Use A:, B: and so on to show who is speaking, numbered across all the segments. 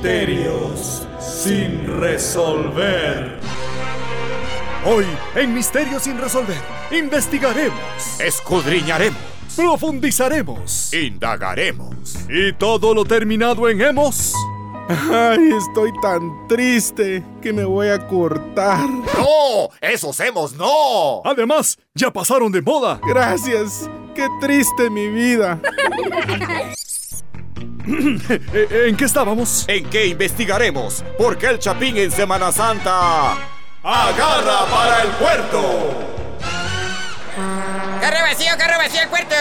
A: Misterios sin resolver.
B: Hoy, en Misterios sin Resolver, investigaremos,
C: Escudriñaremos,
B: profundizaremos
C: indagaremos.
B: y todo lo terminado en hemos.
D: Ay, estoy tan triste que me voy a cortar.
C: ¡No! ¡Esos hemos no!
B: Además, ya pasaron de moda.
D: Gracias. Qué triste mi vida.
B: Eh, ¿En qué estábamos?
C: ¿En qué investigaremos? ¿Por qué el Chapín en Semana Santa? ¡Agarra para el puerto!
E: ¡Carro vacío, carro vacío al puerto!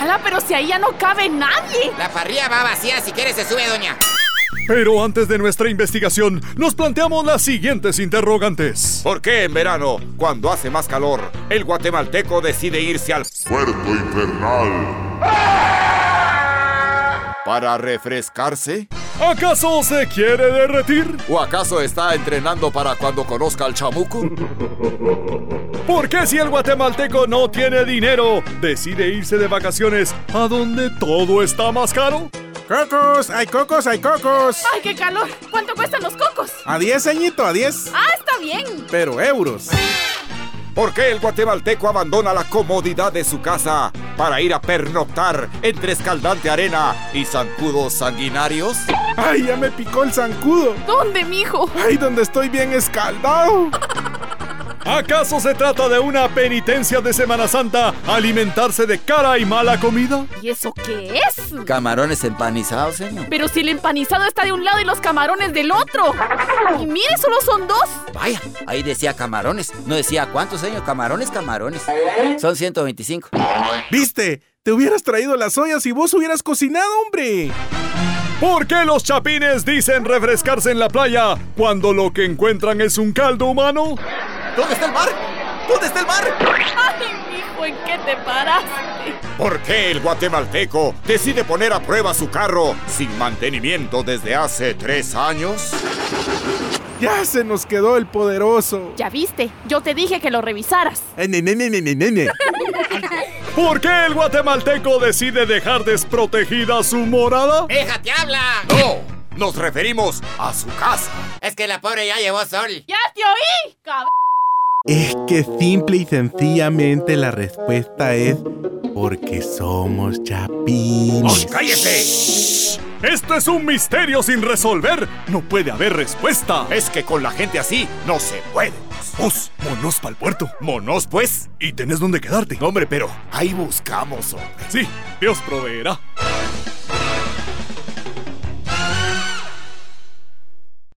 F: ¡Hala, pero si ahí ya no cabe nadie!
E: La parrilla va vacía, si quieres se sube, doña.
B: Pero antes de nuestra investigación, nos planteamos las siguientes interrogantes.
C: ¿Por qué en verano, cuando hace más calor, el guatemalteco decide irse al
G: Puerto Infernal.
C: para refrescarse?
B: ¿Acaso se quiere derretir?
C: ¿O acaso está entrenando para cuando conozca al chamuco?
B: ¿Por qué si el guatemalteco no tiene dinero, decide irse de vacaciones a donde todo está más caro?
D: Cocos, hay cocos, hay cocos.
F: ¡Ay, qué calor! ¿Cuánto cuestan los cocos?
D: A 10, añito, a 10.
F: ¡Ah, está bien!
D: Pero euros.
C: ¿Por qué el guatemalteco abandona la comodidad de su casa para ir a pernoctar entre escaldante arena y zancudos sanguinarios?
D: Ay, ya me picó el zancudo.
F: ¿Dónde, mijo?
D: Ay, donde estoy bien escaldado.
B: ¿Acaso se trata de una penitencia de Semana Santa alimentarse de cara y mala comida?
F: ¿Y eso qué es?
H: Camarones empanizados, señor.
F: Pero si el empanizado está de un lado y los camarones del otro. Y mire, solo son dos.
H: Vaya, ahí decía camarones. No decía cuántos, señor. Camarones, camarones. Son 125.
D: ¿Viste? Te hubieras traído las ollas y vos hubieras cocinado, hombre.
B: ¿Por qué los chapines dicen refrescarse en la playa cuando lo que encuentran es un caldo humano?
C: ¿Dónde está el mar? ¿Dónde está el mar?
F: ¡Ay, mijo, ¿en qué te paraste?
C: ¿Por qué el guatemalteco decide poner a prueba su carro sin mantenimiento desde hace tres años?
D: Ya se nos quedó el poderoso.
F: Ya viste, yo te dije que lo revisaras.
D: Eh, nene, nene, nene, nene.
B: ¿Por qué el guatemalteco decide dejar desprotegida su morada?
E: ¡Hija, te habla!
C: No, nos referimos a su casa.
E: Es que la pobre ya llevó sol.
F: ¡Ya te oí! cab-
D: Es que simple y sencillamente la respuesta es porque somos chapines.
C: ¡Cállese!
B: Esto es un misterio sin resolver. No puede haber respuesta.
C: Es que con la gente así no se puede.
B: Vos, monos pa'l puerto.
C: Monos, pues.
B: Y tenés dónde quedarte.
C: Hombre, pero ahí buscamos, hombre.
B: Sí, Dios proveerá.